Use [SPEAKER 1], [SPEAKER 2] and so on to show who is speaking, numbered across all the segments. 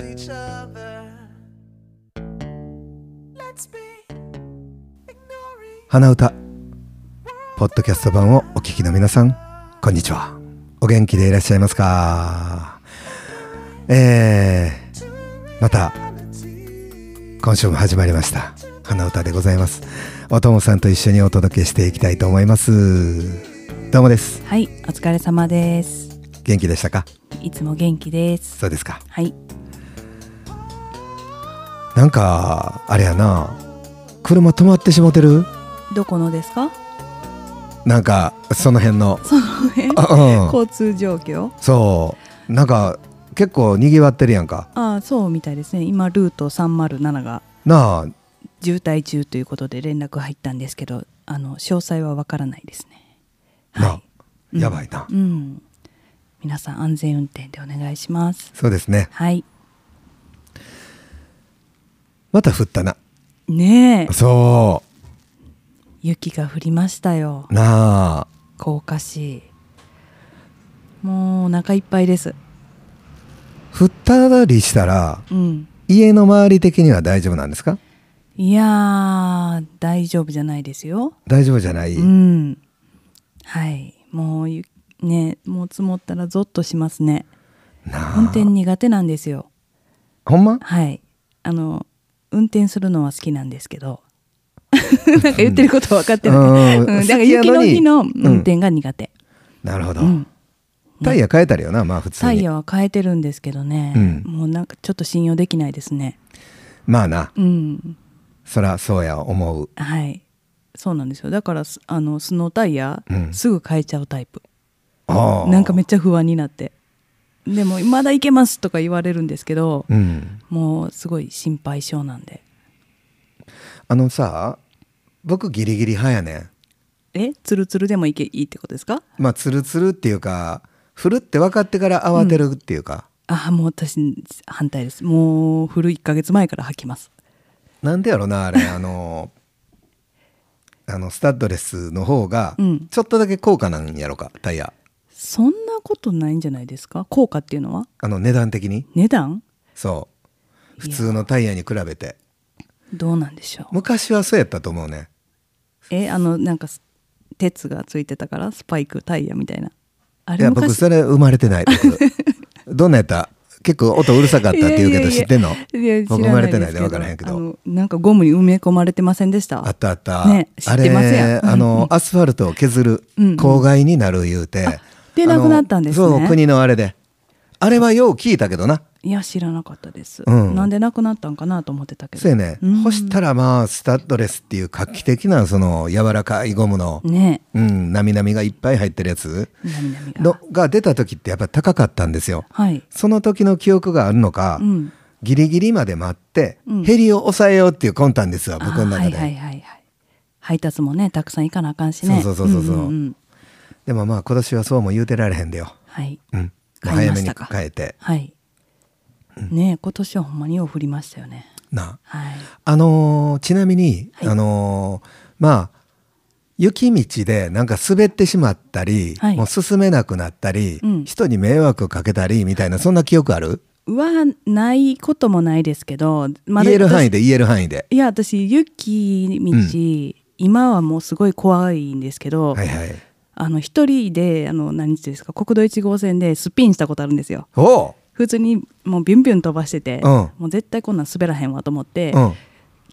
[SPEAKER 1] each other. Let's be ignoring.
[SPEAKER 2] 花歌ポッドキャスト版をお聞きの皆さんこんにちはお元気でいらっしゃいますかえー、また今週も始まりました花歌でございますおともさんと一緒にお届けしていきたいと思いますどうもです
[SPEAKER 3] はい、お疲れ様です。
[SPEAKER 2] 元気でしたか
[SPEAKER 3] いつも元気です。
[SPEAKER 2] そうですか
[SPEAKER 3] はい、
[SPEAKER 2] なんかあれやな車止まってしもてる
[SPEAKER 3] どこのですか？
[SPEAKER 2] なんかその辺の
[SPEAKER 3] その辺
[SPEAKER 2] あうん
[SPEAKER 3] 交通状況？
[SPEAKER 2] そうなんか結構にぎわってるやんか
[SPEAKER 3] ああ、そうみたいですね。今ルート307が
[SPEAKER 2] なあ
[SPEAKER 3] 渋滞中ということで連絡入ったんですけど、あの詳細はわからないですね。
[SPEAKER 2] なあ、
[SPEAKER 3] はうん
[SPEAKER 2] やばいな、
[SPEAKER 3] うん、皆さん安全運転でお願いします。
[SPEAKER 2] そうですね
[SPEAKER 3] はい、
[SPEAKER 2] また降ったな
[SPEAKER 3] ねえ、
[SPEAKER 2] そ
[SPEAKER 3] 雪が降りましたよ
[SPEAKER 2] う。なあ
[SPEAKER 3] 高架市。もうお腹いっぱいです。
[SPEAKER 2] 降ったりしたら
[SPEAKER 3] うん。
[SPEAKER 2] 家の周り的には大丈夫なんですか
[SPEAKER 3] いやー大丈夫じゃないですよ。
[SPEAKER 2] 大丈夫じゃない、
[SPEAKER 3] うん。はい。もうゆねもう積もったらゾッとしますね。
[SPEAKER 2] なあ
[SPEAKER 3] 運転苦手なんですよ。
[SPEAKER 2] ほんま
[SPEAKER 3] はい。あの運転するのは好きなんですけど。 なんか言ってること分かってない。
[SPEAKER 2] うん
[SPEAKER 3] うん、だから
[SPEAKER 2] 好きや
[SPEAKER 3] 雪
[SPEAKER 2] の
[SPEAKER 3] の
[SPEAKER 2] に
[SPEAKER 3] 日の運転が苦手。
[SPEAKER 2] なるほど、
[SPEAKER 3] うん。
[SPEAKER 2] タイヤ変えたりよなまあ普通
[SPEAKER 3] タイ
[SPEAKER 2] に
[SPEAKER 3] ヤは変えてるんですけどね、
[SPEAKER 2] うん
[SPEAKER 3] もうなんかちょっと信用できないですね。
[SPEAKER 2] まあな
[SPEAKER 3] うん。
[SPEAKER 2] そらそうや思う
[SPEAKER 3] はい。そうなんですよ。だからすあのスノータイヤ、
[SPEAKER 2] うん
[SPEAKER 3] すぐ変えちゃうタイプ。
[SPEAKER 2] ああ
[SPEAKER 3] なんかめっちゃ不安になってでも「まだいけます」とか言われるんですけど、
[SPEAKER 2] うん
[SPEAKER 3] もうすごい心配性なんで
[SPEAKER 2] あのさ僕ギリギリ派やねん
[SPEAKER 3] えツルツルでもいけいいってことですか
[SPEAKER 2] まあツルツルっていうか振るって分かってから慌てるっていうか、
[SPEAKER 3] あもう私反対ですもう古い1ヶ月前から吐きます
[SPEAKER 2] なんでやろなあれあのあのスタッドレスの方が
[SPEAKER 3] うん
[SPEAKER 2] ちょっとだけ高価なんやろかタイヤ
[SPEAKER 3] そんなことないんじゃないですか効果っていうのは
[SPEAKER 2] あの値段的に
[SPEAKER 3] 値段
[SPEAKER 2] そう普
[SPEAKER 3] いや
[SPEAKER 2] 通のタイヤに比べて
[SPEAKER 3] どうなんでしょう
[SPEAKER 2] 昔はそうやったと思うね
[SPEAKER 3] えあのなんかす鉄がついてたからスパイクタイヤみたいなあ
[SPEAKER 2] い
[SPEAKER 3] れ
[SPEAKER 2] や僕
[SPEAKER 3] 昔
[SPEAKER 2] それ生まれてない僕 どんなやった結構音うるさかったって言うけど知ってんの
[SPEAKER 3] いやいやいや
[SPEAKER 2] 僕
[SPEAKER 3] 知
[SPEAKER 2] 生
[SPEAKER 3] ら
[SPEAKER 2] ま
[SPEAKER 3] な
[SPEAKER 2] れ
[SPEAKER 3] いで
[SPEAKER 2] てない
[SPEAKER 3] す
[SPEAKER 2] で
[SPEAKER 3] ど
[SPEAKER 2] 分からへんけ
[SPEAKER 3] あ
[SPEAKER 2] ど
[SPEAKER 3] のなんかゴムに埋め込まれてませんでした
[SPEAKER 2] あったあった、
[SPEAKER 3] ね知ってますやん
[SPEAKER 2] あれあのアスファルトを削る
[SPEAKER 3] うんうん
[SPEAKER 2] 公害になる言うて、
[SPEAKER 3] あでなくなったんですね
[SPEAKER 2] あのそう国のあれであれはよう聞いたけどない
[SPEAKER 3] や知らなかったです、
[SPEAKER 2] うん
[SPEAKER 3] なんでなくなったんかなと思ってたけど
[SPEAKER 2] そうやね、
[SPEAKER 3] うん
[SPEAKER 2] 干したらまあスタッドレスっていう画期的なその柔らかいゴムの、
[SPEAKER 3] ね
[SPEAKER 2] うん、なみなみがいっぱい入ってるやつ
[SPEAKER 3] えなみなみが
[SPEAKER 2] のが出た時ってやっぱ高かったんですよ
[SPEAKER 3] はい、
[SPEAKER 2] その時の記憶があるのか、
[SPEAKER 3] うん、
[SPEAKER 2] ギリギリまで待って、
[SPEAKER 3] うん
[SPEAKER 2] ヘリを抑えようっていう魂胆ですわ
[SPEAKER 3] あ
[SPEAKER 2] 僕の
[SPEAKER 3] は
[SPEAKER 2] 中で、
[SPEAKER 3] いはいはいはい配達もねたくさん行かなあかんしね
[SPEAKER 2] そうそうそうそうそうん
[SPEAKER 3] んん
[SPEAKER 2] でもまあ今年はそうも言うてられへんでよ、
[SPEAKER 3] はい
[SPEAKER 2] うん、
[SPEAKER 3] 買い
[SPEAKER 2] 早
[SPEAKER 3] ま
[SPEAKER 2] め
[SPEAKER 3] し
[SPEAKER 2] に
[SPEAKER 3] たか
[SPEAKER 2] 変えて
[SPEAKER 3] はい、ねえ今年はほんまによう降りましたよね
[SPEAKER 2] な
[SPEAKER 3] はい
[SPEAKER 2] あのーちなみに、
[SPEAKER 3] はい
[SPEAKER 2] あのーまあ雪道でなんか滑ってしまったり、
[SPEAKER 3] はい
[SPEAKER 2] もう進めなくなったり、
[SPEAKER 3] うん
[SPEAKER 2] 人に迷惑かけたりみたいなそんな記憶ある
[SPEAKER 3] はないこともないですけどまだ
[SPEAKER 2] 言える範囲
[SPEAKER 3] で
[SPEAKER 2] で言える範囲で
[SPEAKER 3] いや私雪道、今はもうすごい怖いんですけど、
[SPEAKER 2] はいはい
[SPEAKER 3] あの一人であの何日ですか国道1号線でスピンしたことあるんですよ
[SPEAKER 2] おう
[SPEAKER 3] 普通にもうビュンビュン飛ばしてて、
[SPEAKER 2] うん
[SPEAKER 3] もう絶対こんなん滑らへんわと思って、
[SPEAKER 2] うん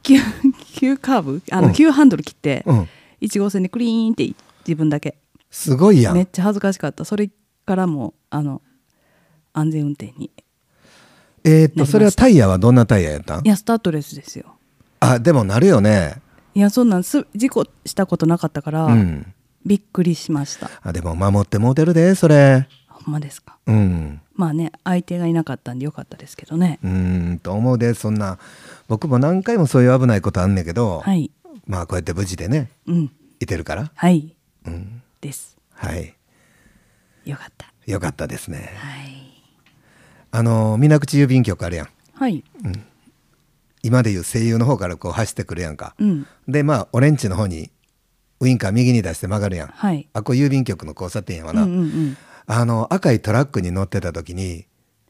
[SPEAKER 3] 急急カーブあの、
[SPEAKER 2] うん
[SPEAKER 3] 急ハンドル切って、
[SPEAKER 2] うん
[SPEAKER 3] 1号線でクリーンって自分だけ
[SPEAKER 2] すごいやん、
[SPEAKER 3] めっちゃ恥ずかしかったそれからもあの安全運転に
[SPEAKER 2] えー
[SPEAKER 3] なりま
[SPEAKER 2] っと
[SPEAKER 3] した
[SPEAKER 2] それはタイヤはどんなタイヤやったん
[SPEAKER 3] いやスタートレスですよ
[SPEAKER 2] あでもなるよね
[SPEAKER 3] いやそんなんす事故したことなかったから、
[SPEAKER 2] うん
[SPEAKER 3] びっくりしました
[SPEAKER 2] あでも守ってモテるでそれ
[SPEAKER 3] ほんまですか
[SPEAKER 2] うん
[SPEAKER 3] まあね相手がいなかったんでよかったですけどね、
[SPEAKER 2] うーんと思うでそんな僕も何回もそういう危ないことあんねんけど、
[SPEAKER 3] はい
[SPEAKER 2] まあこうやって無事でね
[SPEAKER 3] うん
[SPEAKER 2] いてるから
[SPEAKER 3] はい
[SPEAKER 2] うん
[SPEAKER 3] です
[SPEAKER 2] はい
[SPEAKER 3] よかった
[SPEAKER 2] よかったですね
[SPEAKER 3] はい
[SPEAKER 2] あの水口郵便局あるやん
[SPEAKER 3] はい
[SPEAKER 2] 今でいう声優の方からこう走ってくるやんか、
[SPEAKER 3] うん
[SPEAKER 2] でまあオレンジの方にウインカー右に出して曲がるやん、
[SPEAKER 3] はい
[SPEAKER 2] あこう郵便局の交差点やわ
[SPEAKER 3] うん
[SPEAKER 2] な、
[SPEAKER 3] うんうん
[SPEAKER 2] あの赤いトラックに乗ってた時に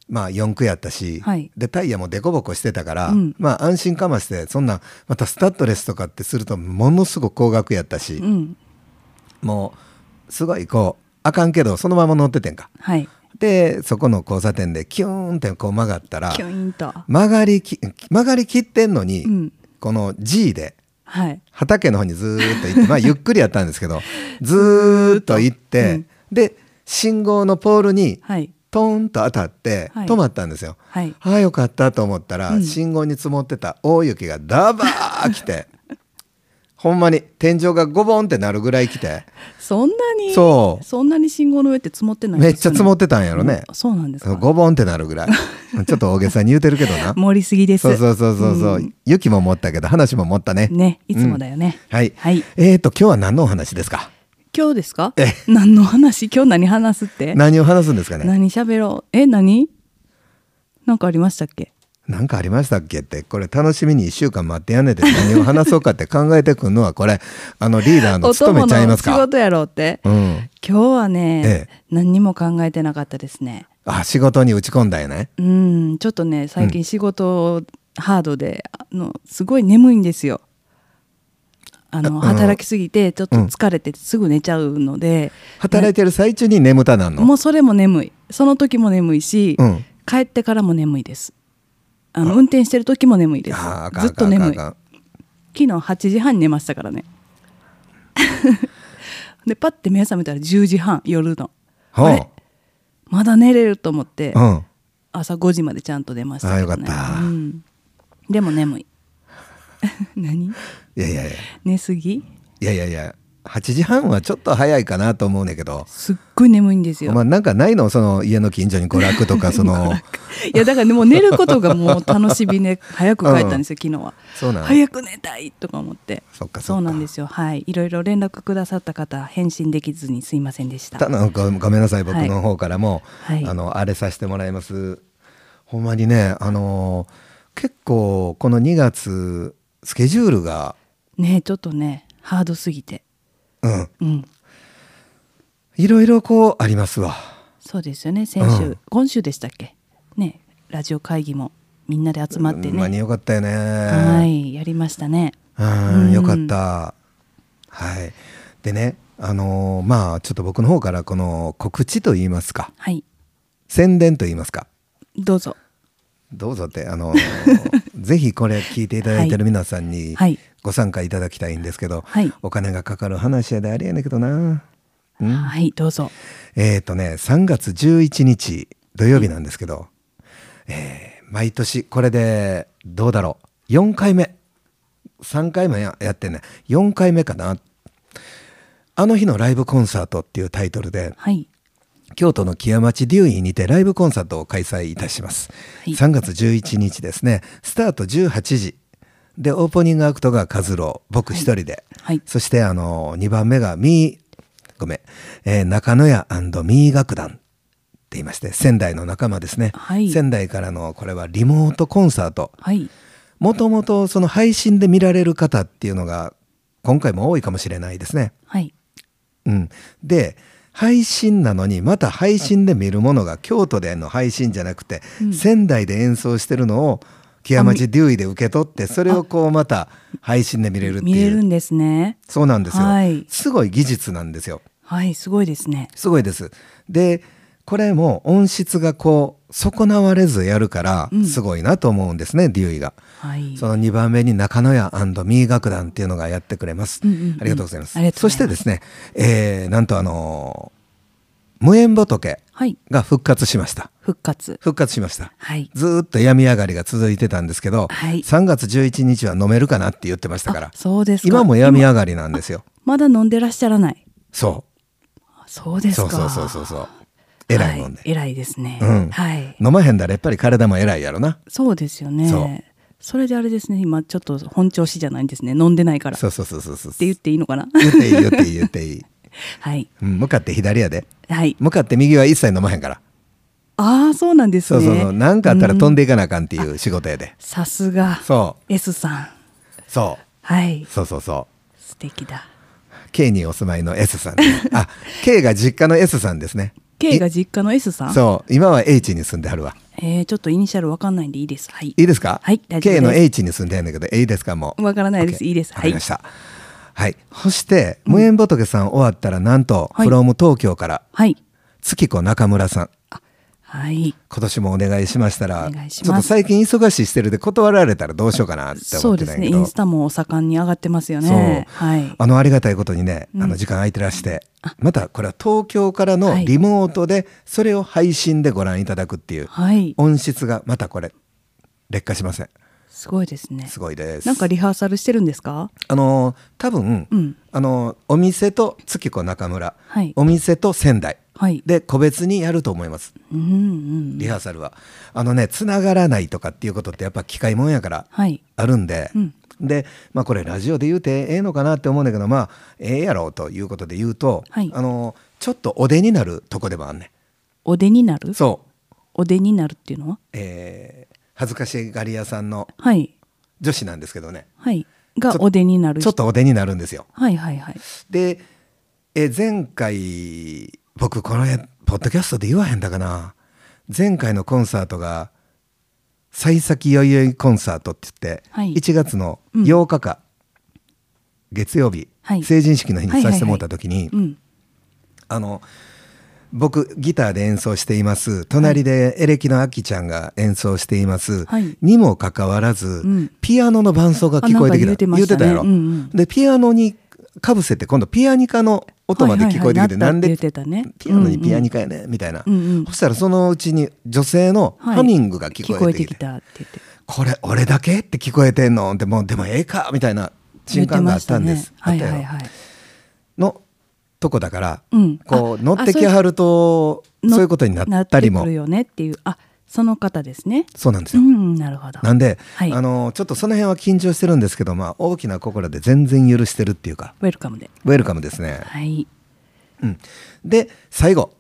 [SPEAKER 2] まあ四駆やったし、
[SPEAKER 3] はい
[SPEAKER 2] でタイヤもデコボコしてたから、
[SPEAKER 3] うん
[SPEAKER 2] まあ安心かましてそんなまたスタッドレスとかってするとものすごく高額やったし、
[SPEAKER 3] うん
[SPEAKER 2] もうすごいこうあかんけどそのまま乗っててんか
[SPEAKER 3] はい
[SPEAKER 2] でそこの交差点でキューンってこう曲がったら
[SPEAKER 3] キュインと
[SPEAKER 2] 曲がりき曲がりきってんのに、
[SPEAKER 3] うん
[SPEAKER 2] この G で
[SPEAKER 3] はい
[SPEAKER 2] 畑の方にずーっと行ってまあゆっくりやったんです けどずーっと行って、
[SPEAKER 3] うん
[SPEAKER 2] で信号のポールに
[SPEAKER 3] はい
[SPEAKER 2] トンと当たって
[SPEAKER 3] はい
[SPEAKER 2] 止まったんですよ。
[SPEAKER 3] はい
[SPEAKER 2] ああよかったと思ったら、
[SPEAKER 3] うん
[SPEAKER 2] 信号に積もってた大雪がダバー来て ほんまに天井がゴボンってなるぐらい来て
[SPEAKER 3] そんなに
[SPEAKER 2] そうん
[SPEAKER 3] なに信号の上って積もってない
[SPEAKER 2] めっちゃ積もってたん
[SPEAKER 3] た
[SPEAKER 2] やろね、
[SPEAKER 3] そうなんですか
[SPEAKER 2] ゴボンってなる ぐらいちょっと大げさに言うてるけどな
[SPEAKER 3] 盛りすぎです
[SPEAKER 2] そうそうそうそうそう、
[SPEAKER 3] ん
[SPEAKER 2] 雪も持ったけど話も持ったね
[SPEAKER 3] ねいつもだよね、
[SPEAKER 2] はい、
[SPEAKER 3] はい
[SPEAKER 2] えーと今日は何のお話ですか
[SPEAKER 3] 今日ですか
[SPEAKER 2] え
[SPEAKER 3] 何の話今日何話すって
[SPEAKER 2] 何を話すんですかね
[SPEAKER 3] 何喋ろうえ何なんかありましたっけ
[SPEAKER 2] なんかありましたっけってこれ楽しみに1週間待ってやんねで何を話そうかって考えてくんのはこれあのリーダーの
[SPEAKER 3] お
[SPEAKER 2] 務
[SPEAKER 3] 供
[SPEAKER 2] めちゃい
[SPEAKER 3] の
[SPEAKER 2] ま
[SPEAKER 3] 仕
[SPEAKER 2] すか
[SPEAKER 3] 事やろうって、
[SPEAKER 2] うん
[SPEAKER 3] 今日はね、
[SPEAKER 2] え
[SPEAKER 3] 何にも考えてなかったですね
[SPEAKER 2] あ仕事に打ち込んだよね
[SPEAKER 3] うんちょっとね最近仕事、ハードであのすごい眠いんですよあの
[SPEAKER 2] ああの
[SPEAKER 3] 働きすぎてちょっと疲れてすぐ寝ちゃうので、
[SPEAKER 2] 働いてる最中に眠たなんの、
[SPEAKER 3] もうそれも眠いその時も眠いし、
[SPEAKER 2] うん
[SPEAKER 3] 帰ってからも眠いですあの運転してる時も眠いです
[SPEAKER 2] あーあかん
[SPEAKER 3] ずっと眠
[SPEAKER 2] あ
[SPEAKER 3] い
[SPEAKER 2] かんあかんあかん
[SPEAKER 3] 昨日8時半に寝ましたから ねでパッて目覚めたら10時半夜の
[SPEAKER 2] ほう
[SPEAKER 3] あれまだ寝れると思って、
[SPEAKER 2] うん
[SPEAKER 3] 朝5時までちゃんと出ましたけど、ね、
[SPEAKER 2] あーよかった
[SPEAKER 3] うんでも眠い 何
[SPEAKER 2] いやいやいや
[SPEAKER 3] 寝すぎ
[SPEAKER 2] いやいやいや8時半はちょっと早いかなと思うねんけど
[SPEAKER 3] すっごい眠いんですよ、
[SPEAKER 2] まあなんかないのその家の近所に娯楽とかその
[SPEAKER 3] いやだからねもう寝ることがもう楽しみで早く帰ったんですよ昨日は
[SPEAKER 2] そうなん
[SPEAKER 3] 早く寝たいとか思って
[SPEAKER 2] そっかそっか
[SPEAKER 3] そうなんですよはいいろいろ連絡くださった方返信できずにすいませんでした
[SPEAKER 2] ただごごめんなさい僕
[SPEAKER 3] はい
[SPEAKER 2] の方からも、
[SPEAKER 3] はい
[SPEAKER 2] あのあれさせてもらいますほんまにねあのー結構この2月スケジュールが
[SPEAKER 3] ねえちょっとねハードすぎて
[SPEAKER 2] うん
[SPEAKER 3] うん
[SPEAKER 2] いろいろこうありますわ
[SPEAKER 3] そうですよね先週、
[SPEAKER 2] うん
[SPEAKER 3] 今週でしたっけねラジオ会議もみんなで集まって
[SPEAKER 2] ほんま
[SPEAKER 3] ね
[SPEAKER 2] によかったよね
[SPEAKER 3] はいやりましたね
[SPEAKER 2] う
[SPEAKER 3] うん
[SPEAKER 2] ん、よかった。はい。でね、あのーまあちょっと僕の方からこの告知と言いますか、
[SPEAKER 3] はい
[SPEAKER 2] 宣伝と言いますか、
[SPEAKER 3] どうぞ
[SPEAKER 2] どうぞってあ のーぜひこれ聞いていただいてる皆さんに
[SPEAKER 3] はい
[SPEAKER 2] ご参加いただきたいんですけど、
[SPEAKER 3] はい
[SPEAKER 2] お金がかかる話やでありえんねんけどな。うん、
[SPEAKER 3] はいどうぞ
[SPEAKER 2] えっ、とね、3月11日土曜日なんですけど、えー毎年これでどうだろう、4回目、3回目ややってんね、4回目かな。あの日のライブコンサートっていうタイトルで、
[SPEAKER 3] はい
[SPEAKER 2] 京都の木屋町デューイにてライブコンサートを開催いたします、
[SPEAKER 3] はい
[SPEAKER 2] 3月11日ですねスタート18時でオープニングアクトがカズロー僕一人で、
[SPEAKER 3] はい
[SPEAKER 2] そしてあの2番目がミーごめん、えー中野屋ミー楽団って言いまして仙台の仲間ですね、
[SPEAKER 3] はい
[SPEAKER 2] 仙台からのこれはリモートコンサート
[SPEAKER 3] はい
[SPEAKER 2] もともとその配信で見られる方っていうのが今回も多いかもしれないですね
[SPEAKER 3] はい
[SPEAKER 2] うん、で配信なのにまた配信で見るものが京都での配信じゃなくて、
[SPEAKER 3] うん
[SPEAKER 2] 仙台で演奏してるのを木屋町デューイで受け取ってそれをこうまた配信で見れるって
[SPEAKER 3] 見れ
[SPEAKER 2] い
[SPEAKER 3] る
[SPEAKER 2] うん
[SPEAKER 3] ですね
[SPEAKER 2] そうなんですよ、
[SPEAKER 3] はい
[SPEAKER 2] すごい技術なんですよ
[SPEAKER 3] はいすごいですね
[SPEAKER 2] すごいですでこれも音質がこう損なわれずやるから
[SPEAKER 3] うん
[SPEAKER 2] すごいなと思うんですね、デューイが
[SPEAKER 3] はい
[SPEAKER 2] その2番目に中野屋ミー楽団っていうのがやってくれます。
[SPEAKER 3] うんうんうん
[SPEAKER 2] ありがとうございます。
[SPEAKER 3] ありがとう
[SPEAKER 2] そ
[SPEAKER 3] ご
[SPEAKER 2] し
[SPEAKER 3] ざ
[SPEAKER 2] て
[SPEAKER 3] い
[SPEAKER 2] で
[SPEAKER 3] ます
[SPEAKER 2] ね、えーなんとあのー無縁仏
[SPEAKER 3] はい
[SPEAKER 2] が復活しました。
[SPEAKER 3] 復活
[SPEAKER 2] 復活しました。
[SPEAKER 3] はい
[SPEAKER 2] ずーっと病み上がりが続いてたんですけど、
[SPEAKER 3] はい
[SPEAKER 2] 3月11日は飲めるかなって言ってましたから
[SPEAKER 3] あ、そうですか
[SPEAKER 2] 今も病み上がりなんですよ。
[SPEAKER 3] まだ飲んでらっしゃらない
[SPEAKER 2] そ
[SPEAKER 3] あそう
[SPEAKER 2] う。
[SPEAKER 3] です
[SPEAKER 2] そ
[SPEAKER 3] か
[SPEAKER 2] うそうそうそうそう。えらいもん
[SPEAKER 3] は
[SPEAKER 2] で。
[SPEAKER 3] い、偉いですね、
[SPEAKER 2] うん
[SPEAKER 3] はい
[SPEAKER 2] 飲まへんだらやっぱり体もえらいやろな。
[SPEAKER 3] そうですよね
[SPEAKER 2] そう
[SPEAKER 3] それであれですね今ちょっと本調子じゃないんですね飲んでないから
[SPEAKER 2] そうそうそうそうそう。
[SPEAKER 3] って言っていいのかな
[SPEAKER 2] 言っていい言っていい言っていい。
[SPEAKER 3] はい
[SPEAKER 2] うん向かって左やで。
[SPEAKER 3] はい
[SPEAKER 2] 向かって右は一切飲まへんから。
[SPEAKER 3] ああそうなんです
[SPEAKER 2] そう
[SPEAKER 3] ね
[SPEAKER 2] そうそう。なんかあったら飛ん
[SPEAKER 3] で、
[SPEAKER 2] でいかなあかんっていう仕事やで。
[SPEAKER 3] さすが
[SPEAKER 2] そ
[SPEAKER 3] S さん
[SPEAKER 2] う。そ。
[SPEAKER 3] はいう
[SPEAKER 2] そうそうそ
[SPEAKER 3] 素敵だ
[SPEAKER 2] う。K にお住まいの S さんね。あ、K が実家の S さんですね。
[SPEAKER 3] K が実家の S さん
[SPEAKER 2] そう今は H に住んではるわ
[SPEAKER 3] えー、ちょっとイニシャルわかんないんでいいですはい
[SPEAKER 2] いいですか
[SPEAKER 3] はい大丈夫です
[SPEAKER 2] K の H に住んでるんだけどいいですかもう
[SPEAKER 3] わからないです
[SPEAKER 2] OK
[SPEAKER 3] いいです
[SPEAKER 2] わ
[SPEAKER 3] は
[SPEAKER 2] かり
[SPEAKER 3] い
[SPEAKER 2] ましたはいそして無縁仏さん終わったらなんと
[SPEAKER 3] はい
[SPEAKER 2] from 東京から
[SPEAKER 3] はい
[SPEAKER 2] 月子中村さん
[SPEAKER 3] はい
[SPEAKER 2] 今年もお願いしましたら
[SPEAKER 3] お願いします
[SPEAKER 2] ちょっと最近忙しいしてるで断られたらどうしようかなって
[SPEAKER 3] そ
[SPEAKER 2] 思っ
[SPEAKER 3] う
[SPEAKER 2] て
[SPEAKER 3] で
[SPEAKER 2] た
[SPEAKER 3] す
[SPEAKER 2] ん
[SPEAKER 3] ね
[SPEAKER 2] やけ
[SPEAKER 3] イ
[SPEAKER 2] ど
[SPEAKER 3] ンスタも盛んに上がってますよね
[SPEAKER 2] そう
[SPEAKER 3] はい
[SPEAKER 2] あのありがたいことにね、
[SPEAKER 3] うん
[SPEAKER 2] あの時間空いてらしてまたこれは東京からの
[SPEAKER 3] はい
[SPEAKER 2] リモートでそれを配信でご覧いただくっていう、
[SPEAKER 3] はい
[SPEAKER 2] 音質がまたこれ劣化しません
[SPEAKER 3] すごいですね
[SPEAKER 2] すごいです
[SPEAKER 3] なんかリハーサルしてるんですか
[SPEAKER 2] あのー多分、
[SPEAKER 3] うん
[SPEAKER 2] あのーお店と月子中村、
[SPEAKER 3] はい
[SPEAKER 2] お店と仙台
[SPEAKER 3] はい
[SPEAKER 2] で個別にやると思います
[SPEAKER 3] うんうん
[SPEAKER 2] リハーサルは、あのね繋がらないとかっていうことってやっぱ機械もんやから
[SPEAKER 3] はい
[SPEAKER 2] あるんで、
[SPEAKER 3] うん
[SPEAKER 2] で、まあ、これラジオで言うてええのかなって思うんだけどまあええやろうということで言うと、
[SPEAKER 3] はい
[SPEAKER 2] あのちょっとお出になるとこでもあんね
[SPEAKER 3] お出になる
[SPEAKER 2] んそう、
[SPEAKER 3] お出になるっていうのは
[SPEAKER 2] えー恥ずかしがり屋さんの
[SPEAKER 3] はい
[SPEAKER 2] 女子なんですけどね
[SPEAKER 3] はい
[SPEAKER 2] ち
[SPEAKER 3] が
[SPEAKER 2] ょ
[SPEAKER 3] お出になる
[SPEAKER 2] ちょっとお出になるんですよ。
[SPEAKER 3] はいはいはい
[SPEAKER 2] で、えー前回僕この辺ポッドキャストで言わへんだかな前回のコンサートが「幸先よいよいコンサート」って言って、
[SPEAKER 3] はい
[SPEAKER 2] 1月の
[SPEAKER 3] うん
[SPEAKER 2] 8日か、月曜日、
[SPEAKER 3] はい
[SPEAKER 2] 成人式の日
[SPEAKER 3] は
[SPEAKER 2] に
[SPEAKER 3] いはいは
[SPEAKER 2] さ
[SPEAKER 3] い
[SPEAKER 2] せてもらった時に、
[SPEAKER 3] うん
[SPEAKER 2] あの僕ギターで演奏しています隣でエレキのあきちゃんが演奏しています、
[SPEAKER 3] はい
[SPEAKER 2] にもかかわらず、
[SPEAKER 3] うん
[SPEAKER 2] ピアノの伴奏が聞こえてき
[SPEAKER 3] あ
[SPEAKER 2] た
[SPEAKER 3] なんか言うてましたね
[SPEAKER 2] やろ、
[SPEAKER 3] うんうん
[SPEAKER 2] でピアノにかぶせて今度ピアニカの音まで聞こえてきて、
[SPEAKER 3] はいはいはい
[SPEAKER 2] なん
[SPEAKER 3] な
[SPEAKER 2] で
[SPEAKER 3] ったって言ってたね
[SPEAKER 2] ピアノにピアニカやね、みたいな、
[SPEAKER 3] うんうん
[SPEAKER 2] そしたらそのうちに女性の
[SPEAKER 3] はい
[SPEAKER 2] ハミングが聞
[SPEAKER 3] 聞
[SPEAKER 2] こ
[SPEAKER 3] こえ
[SPEAKER 2] えて
[SPEAKER 3] て
[SPEAKER 2] きて,、
[SPEAKER 3] きたって言って
[SPEAKER 2] これ俺だけって聞こえてんのってもうでもええかみたいな
[SPEAKER 3] 言
[SPEAKER 2] 瞬
[SPEAKER 3] って
[SPEAKER 2] 間があ
[SPEAKER 3] ま
[SPEAKER 2] っ
[SPEAKER 3] した
[SPEAKER 2] たんで
[SPEAKER 3] ね
[SPEAKER 2] す。
[SPEAKER 3] はい
[SPEAKER 2] あった
[SPEAKER 3] は
[SPEAKER 2] よ
[SPEAKER 3] いはい
[SPEAKER 2] のとこだから、
[SPEAKER 3] うん
[SPEAKER 2] こう
[SPEAKER 3] あ
[SPEAKER 2] 乗ってきはると
[SPEAKER 3] の
[SPEAKER 2] そういうことになったり
[SPEAKER 3] な
[SPEAKER 2] も
[SPEAKER 3] てくるよねっていうあその方ですね
[SPEAKER 2] そうなんです
[SPEAKER 3] う
[SPEAKER 2] よ。
[SPEAKER 3] んなるほど
[SPEAKER 2] なんで、
[SPEAKER 3] はい
[SPEAKER 2] あのちょっとその辺は緊張してるんですけど、まあ、大きな心で全然許してるっていうか
[SPEAKER 3] ウェルカムで
[SPEAKER 2] ウェルカムですね。
[SPEAKER 3] はい
[SPEAKER 2] うん、で最後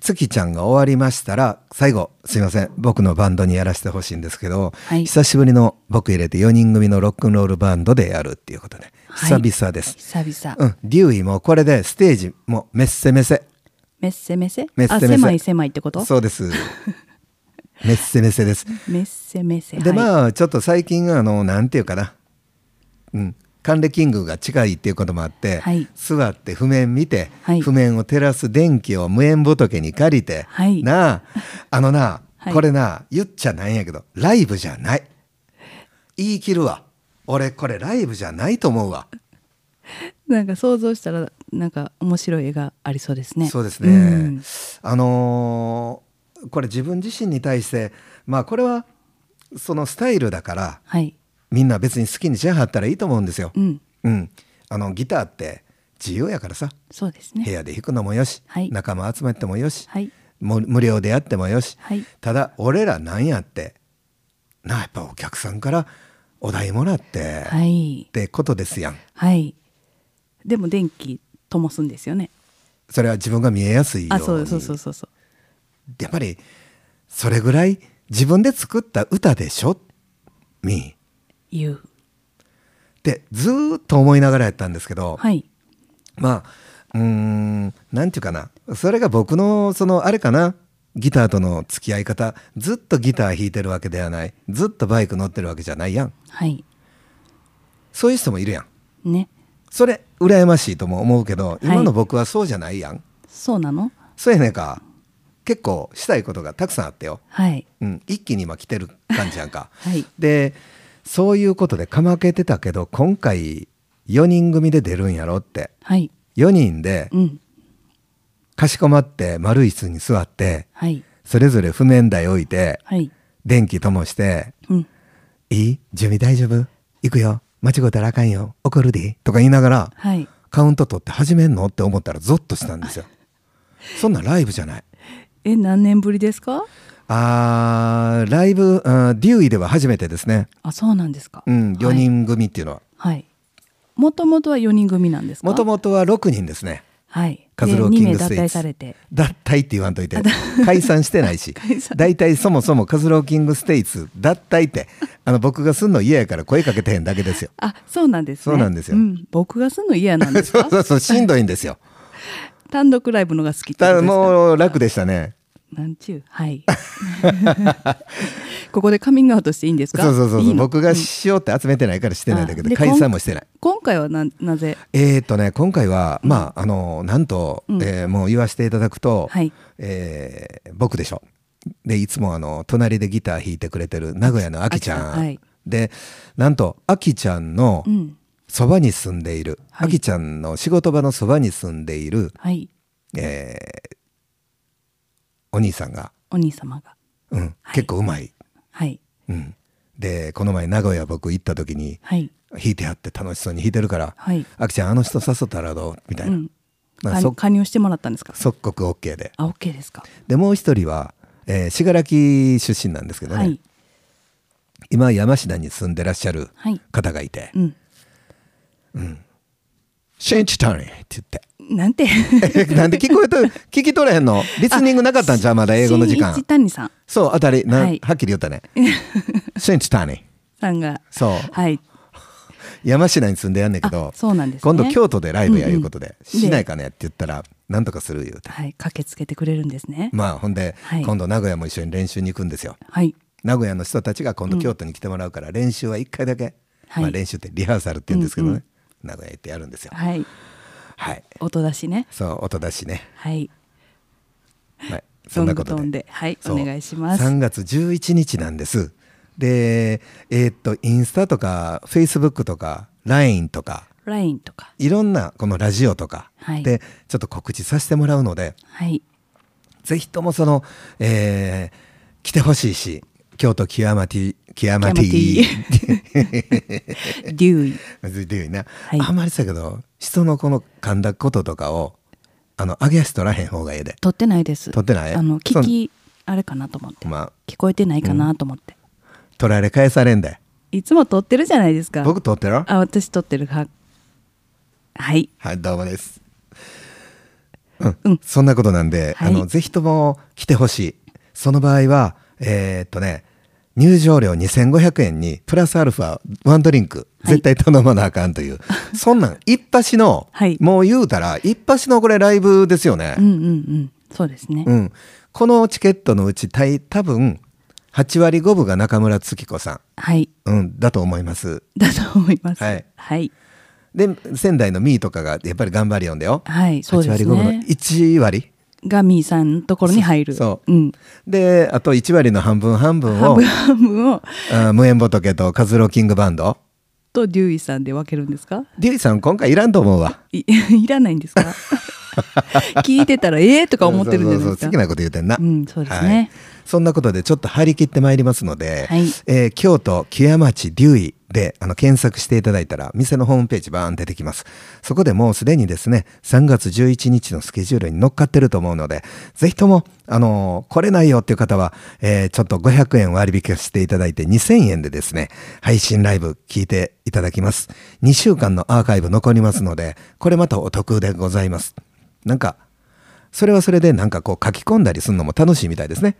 [SPEAKER 2] 月ちゃんが終わりましたら最後すいません僕のバンドにやらせてほしいんですけど、
[SPEAKER 3] はい
[SPEAKER 2] 久しぶりの僕入れて4人組のロックンロールバンドでやるっていうことで、
[SPEAKER 3] はい
[SPEAKER 2] 久々です。
[SPEAKER 3] 久々、
[SPEAKER 2] うん、デューイもこれでステージもメッセメセ
[SPEAKER 3] メッセメセ
[SPEAKER 2] メッセメセ
[SPEAKER 3] あ狭い狭いってこと
[SPEAKER 2] そうです メッセメセです
[SPEAKER 3] メッセメセ
[SPEAKER 2] で
[SPEAKER 3] あ
[SPEAKER 2] まあちょっと最近あのなんていうかなうん還暦キングが近いっていうこともあって、
[SPEAKER 3] はい
[SPEAKER 2] 座って譜面見て、
[SPEAKER 3] はい
[SPEAKER 2] 譜面を照らす電気を無縁仏に借りて、
[SPEAKER 3] はい
[SPEAKER 2] なああのな、
[SPEAKER 3] はい
[SPEAKER 2] これな言っちゃないんやけどライブじゃない言い切るわ俺これライブじゃないと思うわ、
[SPEAKER 3] なんか想像したらなんか面白い絵がありそうですね
[SPEAKER 2] そうですね、
[SPEAKER 3] ん
[SPEAKER 2] あのーこれ自分自身に対してまあこれはそのスタイルだから
[SPEAKER 3] はい
[SPEAKER 2] みんな別に好きにしやはったらいいと思うんですよ。
[SPEAKER 3] うん
[SPEAKER 2] うん、あのギターって自由やからさ
[SPEAKER 3] そうです
[SPEAKER 2] 部
[SPEAKER 3] ね
[SPEAKER 2] 屋で弾くのもよし、
[SPEAKER 3] はい
[SPEAKER 2] 仲間集めてもよし、
[SPEAKER 3] はい
[SPEAKER 2] もう無料でやってもよし、
[SPEAKER 3] はい
[SPEAKER 2] ただ俺らなんやってなあやっぱお客さんからお題もらって、っ
[SPEAKER 3] はい
[SPEAKER 2] てことですやん
[SPEAKER 3] はいでも電気灯すんですよね
[SPEAKER 2] それは自分が見えやすいよう
[SPEAKER 3] あ
[SPEAKER 2] に
[SPEAKER 3] そうそうそうそうそう
[SPEAKER 2] やっぱりそれぐらい自分で作った歌でしょみー
[SPEAKER 3] 言う
[SPEAKER 2] ってずーっと思いながらやったんですけど、
[SPEAKER 3] はい
[SPEAKER 2] まあうーんなんていうかなそれが僕のそのあれかなギターとの付き合い方ずっとギター弾いてるわけではないずっとバイク乗ってるわけじゃないやん
[SPEAKER 3] はい
[SPEAKER 2] そういう人もいるやん
[SPEAKER 3] ね
[SPEAKER 2] それ羨ましいとも思うけど
[SPEAKER 3] い
[SPEAKER 2] 今の僕はそうじゃないやん、
[SPEAKER 3] そうなの
[SPEAKER 2] そうやねんか結構したいことがたくさんあってよ、
[SPEAKER 3] はい、
[SPEAKER 2] うん、一気に今来てる感じやんか
[SPEAKER 3] はい
[SPEAKER 2] でそういうことでかまけてたけど今回4人組で出るんやろって
[SPEAKER 3] はい
[SPEAKER 2] 4人で
[SPEAKER 3] うん
[SPEAKER 2] かしこまって丸い椅子に座って
[SPEAKER 3] はい
[SPEAKER 2] それぞれ譜面台置いて
[SPEAKER 3] はい
[SPEAKER 2] 電気灯して
[SPEAKER 3] うん
[SPEAKER 2] 「いい準備大丈夫行くよ間違うたらあかんよ怒るで」とか言いながら
[SPEAKER 3] はい
[SPEAKER 2] カウント取って始めんのって思ったらゾッとしたんです よ。そんなんライブじゃない。
[SPEAKER 3] え何年ぶりですか
[SPEAKER 2] あーライブあーデューイでは初めてですね。
[SPEAKER 3] あそうなんですか、
[SPEAKER 2] うん、4人組っていうのは。
[SPEAKER 3] はいもともとは4人組なんですか
[SPEAKER 2] もともとは6人ですね。
[SPEAKER 3] はい
[SPEAKER 2] カズ
[SPEAKER 3] で
[SPEAKER 2] ローキングスイーツ
[SPEAKER 3] 2名脱退されて
[SPEAKER 2] 脱退って言わんといて解散してないし
[SPEAKER 3] 解散
[SPEAKER 2] 大体そもそもカズローキングステイツ脱退ってあの僕がすんの嫌やから声かけてへんだけですよ
[SPEAKER 3] あそうなんですね
[SPEAKER 2] そうなんですよ
[SPEAKER 3] ん、僕がすんの嫌なんです
[SPEAKER 2] そ
[SPEAKER 3] か
[SPEAKER 2] うそうそうしんどいんですよ
[SPEAKER 3] 単独ライブのが好きってことです
[SPEAKER 2] だ
[SPEAKER 3] か
[SPEAKER 2] もう楽でしたね
[SPEAKER 3] なんちゅうはい ここでカミングアウトしていいんです
[SPEAKER 2] そう
[SPEAKER 3] か
[SPEAKER 2] そうそう
[SPEAKER 3] い
[SPEAKER 2] そ
[SPEAKER 3] いうの
[SPEAKER 2] 僕がしようって集めてないからしてないんだけど
[SPEAKER 3] あで
[SPEAKER 2] 解散もしてない
[SPEAKER 3] 今回はななぜ
[SPEAKER 2] えー、っとね今回は、まああのなんと、えーもう言わせていただくと、
[SPEAKER 3] はい
[SPEAKER 2] えー僕でしょでいつもあの隣でギター弾いてくれてる名古屋のあきちゃ
[SPEAKER 3] あ
[SPEAKER 2] ん、
[SPEAKER 3] きちゃんはい
[SPEAKER 2] でなんとあきちゃんの
[SPEAKER 3] うん
[SPEAKER 2] そばに住んでいる、
[SPEAKER 3] はい
[SPEAKER 2] あきちゃんの仕事場のそばに住んでいる、
[SPEAKER 3] はい
[SPEAKER 2] えーお兄さんが、
[SPEAKER 3] お兄様が
[SPEAKER 2] うん
[SPEAKER 3] はい
[SPEAKER 2] 結構うまい、
[SPEAKER 3] はい
[SPEAKER 2] うん、でこの前名古屋僕行った時に
[SPEAKER 3] はい
[SPEAKER 2] 弾いてあって楽しそうに弾いてるから「
[SPEAKER 3] はい
[SPEAKER 2] あきちゃんあの人誘ったらどう?」みたいな、
[SPEAKER 3] うん
[SPEAKER 2] まあ
[SPEAKER 3] 加
[SPEAKER 2] そ
[SPEAKER 3] 入加入してもらったんですか
[SPEAKER 2] 即刻 OK で
[SPEAKER 3] あ OK ですか
[SPEAKER 2] でもう一人はえー信楽、出身なんですけどね、
[SPEAKER 3] はい
[SPEAKER 2] 今山科に住んでらっしゃる
[SPEAKER 3] はい
[SPEAKER 2] 方がいて
[SPEAKER 3] うん
[SPEAKER 2] 「シェンチタリー」って
[SPEAKER 3] なん て
[SPEAKER 2] 言ってえなんで聞こえと聞き取れへんのリスニングなかったんじゃうまだ英語の時間
[SPEAKER 3] 新一谷さん
[SPEAKER 2] そうあたりな、
[SPEAKER 3] はい
[SPEAKER 2] はっきり言っ たね「シェンチタリー
[SPEAKER 3] さんが
[SPEAKER 2] そう
[SPEAKER 3] はい」
[SPEAKER 2] 山科に住んでやんねんけ
[SPEAKER 3] あ
[SPEAKER 2] ど、
[SPEAKER 3] そうなんですね
[SPEAKER 2] 今度京都でライブやいうことで「
[SPEAKER 3] うんうん
[SPEAKER 2] しないかね」って言ったら「なんとかする」言うて
[SPEAKER 3] はい駆けつけてくれるんですね
[SPEAKER 2] まあほんで、
[SPEAKER 3] はい
[SPEAKER 2] 今度名古屋も一緒に練習に行くんですよ
[SPEAKER 3] はい
[SPEAKER 2] 名古屋の人たちが今度京都に来てもらうから練習は1回だけ、
[SPEAKER 3] はい
[SPEAKER 2] まあ、練習ってリハーサルって言うんですけどね、
[SPEAKER 3] うんうん
[SPEAKER 2] 名古屋行ってやるんですよ
[SPEAKER 3] はい
[SPEAKER 2] はい
[SPEAKER 3] 音出しね
[SPEAKER 2] そう音出しね、
[SPEAKER 3] はい
[SPEAKER 2] はい、そ
[SPEAKER 3] ど
[SPEAKER 2] ん
[SPEAKER 3] ん
[SPEAKER 2] な
[SPEAKER 3] ど
[SPEAKER 2] こと
[SPEAKER 3] 飛
[SPEAKER 2] で
[SPEAKER 3] んではい
[SPEAKER 2] そ
[SPEAKER 3] お
[SPEAKER 2] う
[SPEAKER 3] 願いします
[SPEAKER 2] 3月11日なんですでえーっとインスタとかフェイスブックとか LINE とか
[SPEAKER 3] LINE とか
[SPEAKER 2] いろんなこのラジオとか
[SPEAKER 3] はい
[SPEAKER 2] でちょっと告知させてもらうので、
[SPEAKER 3] はい
[SPEAKER 2] ぜひともその、えー来てほしいし京都極まティ極まティ
[SPEAKER 3] キデューイ
[SPEAKER 2] ずいてるな、
[SPEAKER 3] はい
[SPEAKER 2] あんまりさけど人のこの噛んだこととかをあの上げ足取らへん方がええで
[SPEAKER 3] 撮ってないです
[SPEAKER 2] 撮ってない
[SPEAKER 3] あの
[SPEAKER 2] そ
[SPEAKER 3] 聞
[SPEAKER 2] ん
[SPEAKER 3] きあれかなと思って
[SPEAKER 2] ま
[SPEAKER 3] 聞こえてないかなと思って、
[SPEAKER 2] あ取られ返されんで
[SPEAKER 3] いつも撮ってるじゃないですか
[SPEAKER 2] 僕取ってろ
[SPEAKER 3] あ私撮ってるははい
[SPEAKER 2] はいどうもですうん、
[SPEAKER 3] うん
[SPEAKER 2] そんなことなんで、
[SPEAKER 3] はい
[SPEAKER 2] あのぜひとも来てほしいその場合はえーっとね入場料2500円にプラスアルファワンドリンク
[SPEAKER 3] はい
[SPEAKER 2] 絶対頼まなあかんと いう、そんなん一発の、
[SPEAKER 3] はい
[SPEAKER 2] もう言うたら一発のこれライブですよね
[SPEAKER 3] うんうんうんそうですね、
[SPEAKER 2] うん、このチケットのうちたい多分8割5分が中村月子さ
[SPEAKER 3] はい
[SPEAKER 2] ん、うん、だと思います
[SPEAKER 3] だと思います
[SPEAKER 2] はい
[SPEAKER 3] はい、
[SPEAKER 2] で仙台のミーとかがやっぱり頑張りよんだよ、
[SPEAKER 3] はいそう
[SPEAKER 2] 8
[SPEAKER 3] で
[SPEAKER 2] 割
[SPEAKER 3] す
[SPEAKER 2] 5分の
[SPEAKER 3] ね
[SPEAKER 2] 1割
[SPEAKER 3] ガミーさんのところに入る
[SPEAKER 2] そう
[SPEAKER 3] うん、
[SPEAKER 2] であと1割の半分半分
[SPEAKER 3] 半
[SPEAKER 2] を
[SPEAKER 3] 分半分を
[SPEAKER 2] あ無縁仏とカズローキングバンド
[SPEAKER 3] とデューイさんで分けるんですか
[SPEAKER 2] デュイさん今回いらん と思うわ
[SPEAKER 3] いいらないん ですか聞いてたらええとか思ってるんじゃない
[SPEAKER 2] そう
[SPEAKER 3] で
[SPEAKER 2] そうそう
[SPEAKER 3] すか
[SPEAKER 2] 好きなこと言うてんな、
[SPEAKER 3] うんそうですね
[SPEAKER 2] はいそんなことでちょっと張り切ってまいりますので、
[SPEAKER 3] はい
[SPEAKER 2] えー京都木屋町デュイであの検索していただいたら店のホームページバーン出てきますそこでもうすでにですね3月11日のスケジュールに乗っかってると思うのでぜひとも、あのー来れないよっていう方は、えーちょっと500円割引していただいて2000円でですね配信ライブ聞いていただきます2週間のアーカイブ残りますのでこれまたお得でございますなんかそれはそれでなんかこう書き込んだりするのも楽しいみたいですね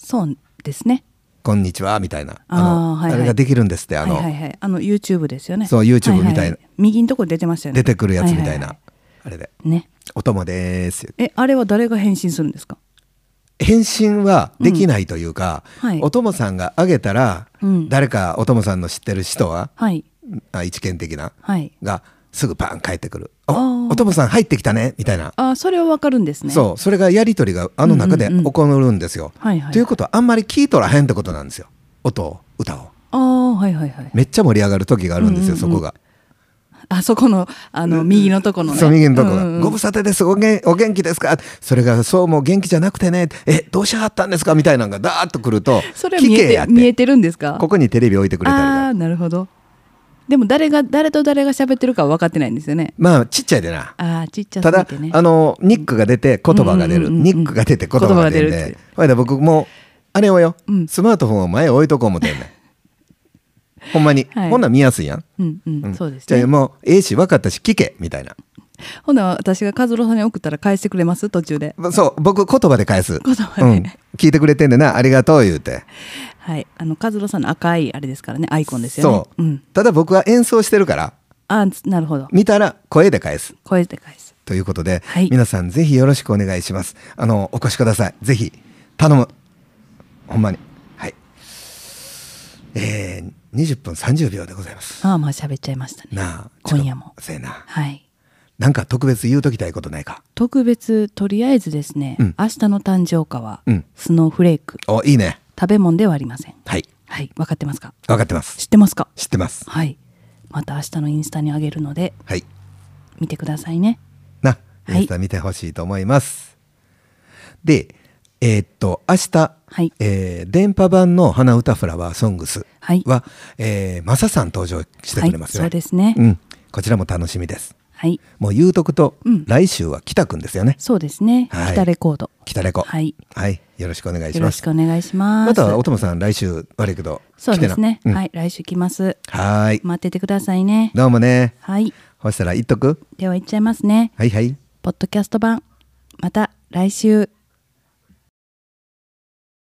[SPEAKER 3] そうですね
[SPEAKER 2] こんにちはみたいなあの
[SPEAKER 3] あーはいはい
[SPEAKER 2] あれができるんですってあの、
[SPEAKER 3] はいはいはい、あの YouTube ですよね
[SPEAKER 2] そう YouTube
[SPEAKER 3] はは
[SPEAKER 2] みたいな
[SPEAKER 3] 右のとこ出てましたよね
[SPEAKER 2] 出てくるやつみたいな、
[SPEAKER 3] はは
[SPEAKER 2] あれで
[SPEAKER 3] はね
[SPEAKER 2] 「お供です
[SPEAKER 3] えあれは誰が返信するんですか」
[SPEAKER 2] 返信はできないというか、
[SPEAKER 3] うんはい
[SPEAKER 2] お供さんがあげたら、
[SPEAKER 3] うん
[SPEAKER 2] 誰かお供さんの知ってる人は、
[SPEAKER 3] はい
[SPEAKER 2] あ一見的な、
[SPEAKER 3] はい
[SPEAKER 2] がすぐパン返ってくる「
[SPEAKER 3] あ
[SPEAKER 2] お
[SPEAKER 3] ー
[SPEAKER 2] お供さん入ってきたね」みたいな、
[SPEAKER 3] あそれはわかるんですね
[SPEAKER 2] そうそれがやり取りがあの中で
[SPEAKER 3] うんうんうん
[SPEAKER 2] 起こるんですよ。
[SPEAKER 3] はいはい
[SPEAKER 2] ということはあんまり聞いとらへんってことなんですよ音を歌を。
[SPEAKER 3] ああはいはいはい
[SPEAKER 2] めっちゃ盛り上がる時があるんで
[SPEAKER 3] う
[SPEAKER 2] すよ、
[SPEAKER 3] んうん
[SPEAKER 2] そ
[SPEAKER 3] うん
[SPEAKER 2] こが。
[SPEAKER 3] あそこのあの右のとこのね
[SPEAKER 2] そう右のとこ
[SPEAKER 3] う
[SPEAKER 2] が、
[SPEAKER 3] んうん
[SPEAKER 2] ご無沙汰ですおげんお元気ですかそれがそうもう元気じゃなくてねえどうしはったんですかみたいなのがダーッとくると
[SPEAKER 3] それは見
[SPEAKER 2] 聞け
[SPEAKER 3] え
[SPEAKER 2] やって
[SPEAKER 3] 見えてるんですか
[SPEAKER 2] ここにテレビ置いてくれたり
[SPEAKER 3] あ
[SPEAKER 2] だ
[SPEAKER 3] あなるほどでも誰が誰と誰が喋ってるかは分かってないんですよね
[SPEAKER 2] まあちっちゃいでな
[SPEAKER 3] ああちっちゃす
[SPEAKER 2] た
[SPEAKER 3] ぎ
[SPEAKER 2] だ
[SPEAKER 3] てね
[SPEAKER 2] あのニックが出て言葉が出
[SPEAKER 3] うんうん
[SPEAKER 2] る、
[SPEAKER 3] うんうん
[SPEAKER 2] ニックが出て言葉が出るん
[SPEAKER 3] 言葉が出る
[SPEAKER 2] で
[SPEAKER 3] って
[SPEAKER 2] ほいで僕もうあれをよ、
[SPEAKER 3] うん
[SPEAKER 2] スマートフォンを前へ置いとこう 思ってんねんほんまに、
[SPEAKER 3] はい
[SPEAKER 2] ほんなん見やすいやん、
[SPEAKER 3] うんうん、
[SPEAKER 2] ん
[SPEAKER 3] そうです
[SPEAKER 2] じゃ
[SPEAKER 3] ね
[SPEAKER 2] あもうええし分かったし聞けみたいな
[SPEAKER 3] ほな私が和郎さんに送ったら返してくれます途中で
[SPEAKER 2] そう僕言葉で返す
[SPEAKER 3] 言葉で
[SPEAKER 2] うん、聞いてくれてんでなありがとう言うて
[SPEAKER 3] はいあの和郎さんの赤いあれですからねアイコンですよね
[SPEAKER 2] そう、
[SPEAKER 3] ん、
[SPEAKER 2] ただ僕は演奏してるから
[SPEAKER 3] ああなるほど
[SPEAKER 2] 見たら声で返す
[SPEAKER 3] 声で返す
[SPEAKER 2] ということで、
[SPEAKER 3] はい
[SPEAKER 2] 皆さんぜひよろしくお願いしますあのお越しくださいぜひ頼むほんまにはいえー、20分30秒でございます
[SPEAKER 3] ああまあ喋っちゃいましたね
[SPEAKER 2] なあ
[SPEAKER 3] 今夜も
[SPEAKER 2] ちょっとせやな
[SPEAKER 3] はい
[SPEAKER 2] なんか特別言うときたいことないか
[SPEAKER 3] 特別とりあえずですね、
[SPEAKER 2] うん
[SPEAKER 3] 明日の誕生花は、
[SPEAKER 2] うん
[SPEAKER 3] スノーフレーク
[SPEAKER 2] おいいね
[SPEAKER 3] 食べ物ではありません
[SPEAKER 2] はい
[SPEAKER 3] はい分かってますか
[SPEAKER 2] 分かってます
[SPEAKER 3] 知ってますか
[SPEAKER 2] 知ってます
[SPEAKER 3] はいまた明日のインスタにあげるので
[SPEAKER 2] はい
[SPEAKER 3] 見てくださいね
[SPEAKER 2] な、
[SPEAKER 3] はい
[SPEAKER 2] インスタ見てほしいと思います。で、えーっと、明日、
[SPEAKER 3] はい
[SPEAKER 2] えー電波版の花歌フラワーソングス
[SPEAKER 3] はい
[SPEAKER 2] は、えーマサさん登場してくれますね。
[SPEAKER 3] はいそうですね
[SPEAKER 2] うん、こちらも楽しみです。
[SPEAKER 3] はい
[SPEAKER 2] もう言うとくと、
[SPEAKER 3] うん
[SPEAKER 2] 来週は北くんですよね。
[SPEAKER 3] そうですね、
[SPEAKER 2] はい
[SPEAKER 3] 北レコード
[SPEAKER 2] 北レコ。
[SPEAKER 3] はい。
[SPEAKER 2] よろしくお願いし
[SPEAKER 3] よ
[SPEAKER 2] ま
[SPEAKER 3] ろし
[SPEAKER 2] す。
[SPEAKER 3] くお願いしま
[SPEAKER 2] ますた、おともさん、来週悪いけど、
[SPEAKER 3] そうですね
[SPEAKER 2] 来、てなうん
[SPEAKER 3] はい来週来ます
[SPEAKER 2] はーい。
[SPEAKER 3] 待っててくださいね
[SPEAKER 2] どうもね。
[SPEAKER 3] はい
[SPEAKER 2] ほしたら言っとく
[SPEAKER 3] では行っちゃいますね
[SPEAKER 2] はいはい。
[SPEAKER 3] ポッドキャスト版また来週